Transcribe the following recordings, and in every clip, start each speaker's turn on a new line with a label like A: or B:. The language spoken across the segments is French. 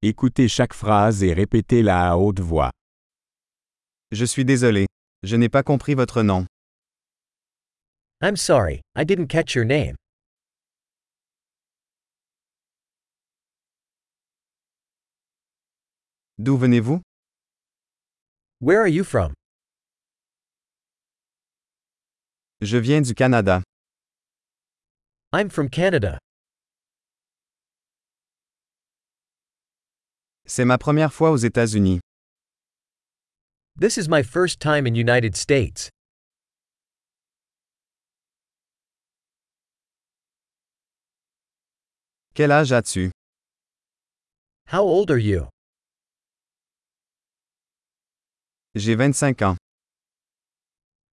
A: Écoutez chaque phrase et répétez-la à haute voix.
B: Je suis désolé. Je n'ai pas compris votre nom.
C: I'm sorry, I didn't catch your name.
B: D'où venez-vous
C: Where are you from?
B: Je viens du Canada.
C: I'm from Canada.
B: C'est ma première fois aux États-Unis.
C: This is my first time in United States.
B: Quel âge as-tu
C: How old are you?
B: J'ai 25 ans.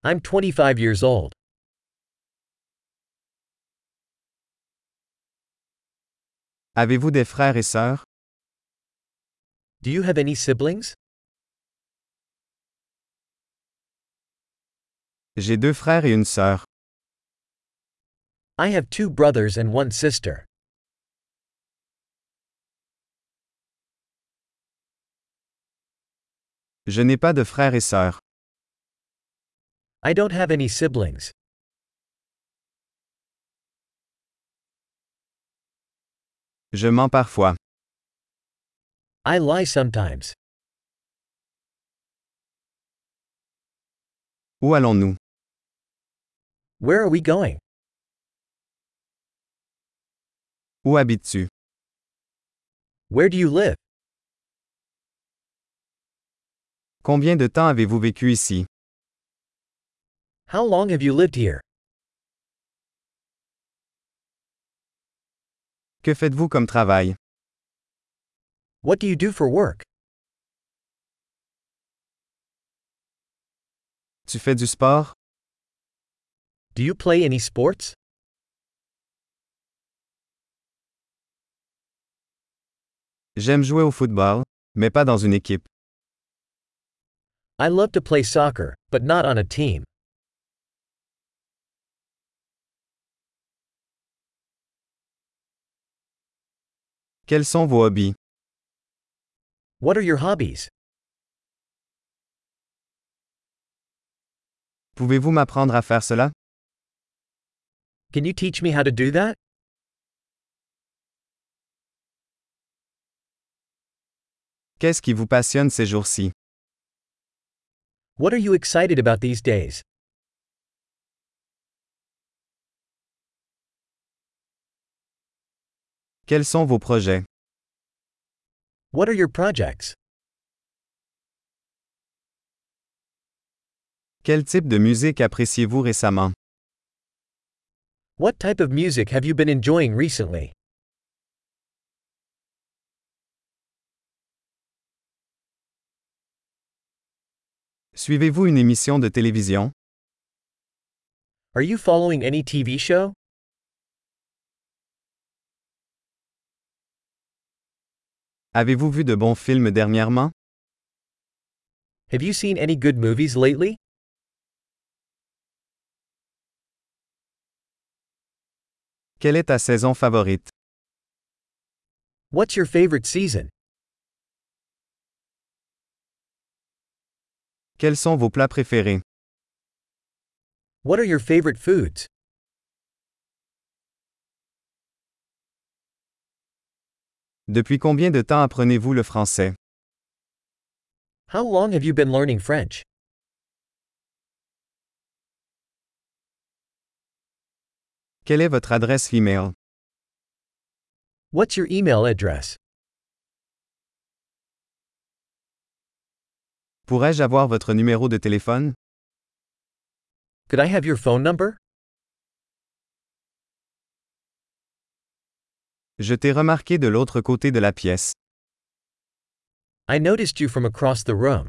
C: I'm 25 years old.
B: Avez-vous des frères et sœurs
C: Do you have any siblings?
B: J'ai deux frères et une sœur.
C: I have two brothers and one sister.
B: Je n'ai pas de frères et sœurs.
C: I don't have any siblings.
B: Je mens parfois.
C: I lie sometimes.
B: Où allons-nous
C: Where are we going?
B: Où habites-tu
C: Where do you live?
B: Combien de temps avez-vous vécu ici
C: How long have you lived here?
B: Que faites-vous comme travail
C: What do you do for work?
B: Tu fais du sport
C: Do you play any sports?
B: J'aime jouer au football, mais pas dans une équipe.
C: I love to play soccer, but not on a team.
B: Quels sont vos hobbies
C: What are your hobbies?
B: Pouvez-vous m'apprendre à faire cela
C: Can you teach me how to do that?
B: Qu'est-ce qui vous passionne ces jours-ci
C: What are you excited about these days?
B: Quels sont vos projets
C: What are your projects?
B: Quel type de musique appréciez-vous récemment
C: What type of music have you been enjoying recently?
B: Suivez-vous une émission de télévision
C: Are you following any TV show?
B: Avez-vous vu de bons films dernièrement
C: Have you seen any good movies lately?
B: Quelle est ta saison favorite
C: What's your favorite season?
B: Quels sont vos plats préférés
C: What are your favorite foods?
B: Depuis combien de temps apprenez-vous le français
C: How long have you been learning French?
B: Quelle est votre adresse e-mail
C: What's your email address?
B: Pourrais-je avoir votre numéro de téléphone
C: Could I have your phone number?
B: Je t'ai remarqué de l'autre côté de la pièce.
C: I noticed you from across the room.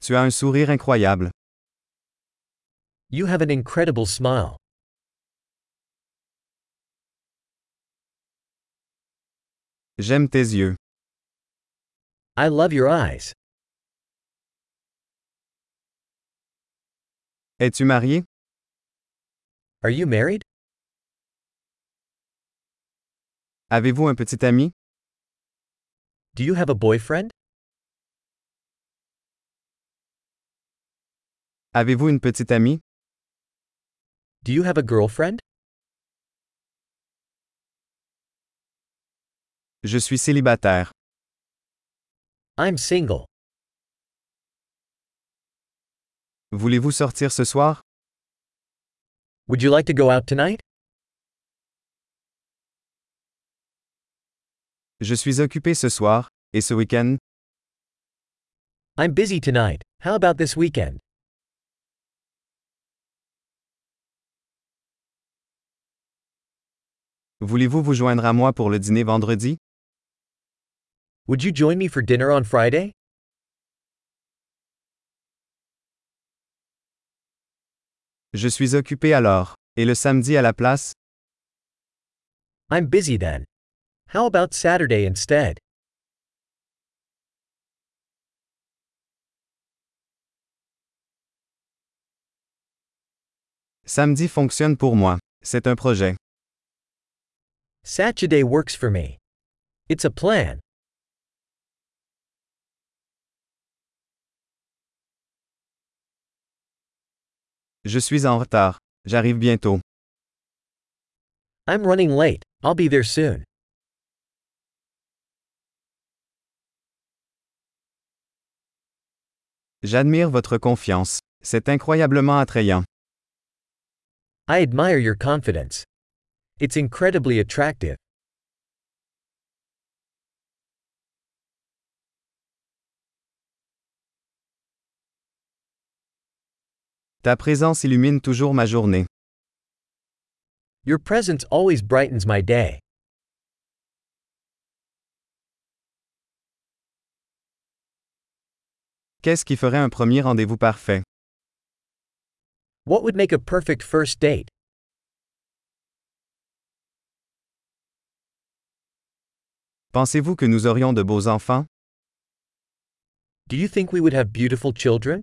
B: Tu as un sourire incroyable.
C: You have an incredible smile.
B: J'aime tes yeux.
C: I love your eyes.
B: Es-tu marié
C: Are you married?
B: Avez-vous un petit ami?
C: Do you have a boyfriend?
B: Avez-vous une petite amie?
C: Do you have a girlfriend?
B: Je suis célibataire.
C: I'm single.
B: Voulez-vous sortir ce soir?
C: Would you like to go out tonight?
B: Je suis occupé ce soir, et ce week-end,
C: I'm busy tonight. How about this weekend?
B: voulez-vous vous joindre à moi pour le dîner vendredi?
C: Would you join me for dinner on Friday?
B: Je suis occupé alors. Et le samedi à la place?
C: I'm busy then. How about Saturday instead?
B: Samedi fonctionne pour moi. C'est un projet.
C: Saturday works for me. It's a plan.
B: Je suis en retard. J'arrive bientôt.
C: I'm running late. I'll be there soon.
B: J'admire votre confiance. C'est incroyablement attrayant.
C: I admire your confidence. It's incredibly attractive.
B: Ta présence illumine toujours ma journée.
C: Your presence always brightens my day.
B: Qu'est-ce qui ferait un premier rendez-vous parfait?
C: What would make a perfect first date?
B: Pensez-vous que nous aurions de beaux enfants?
C: Do you think we would have beautiful children?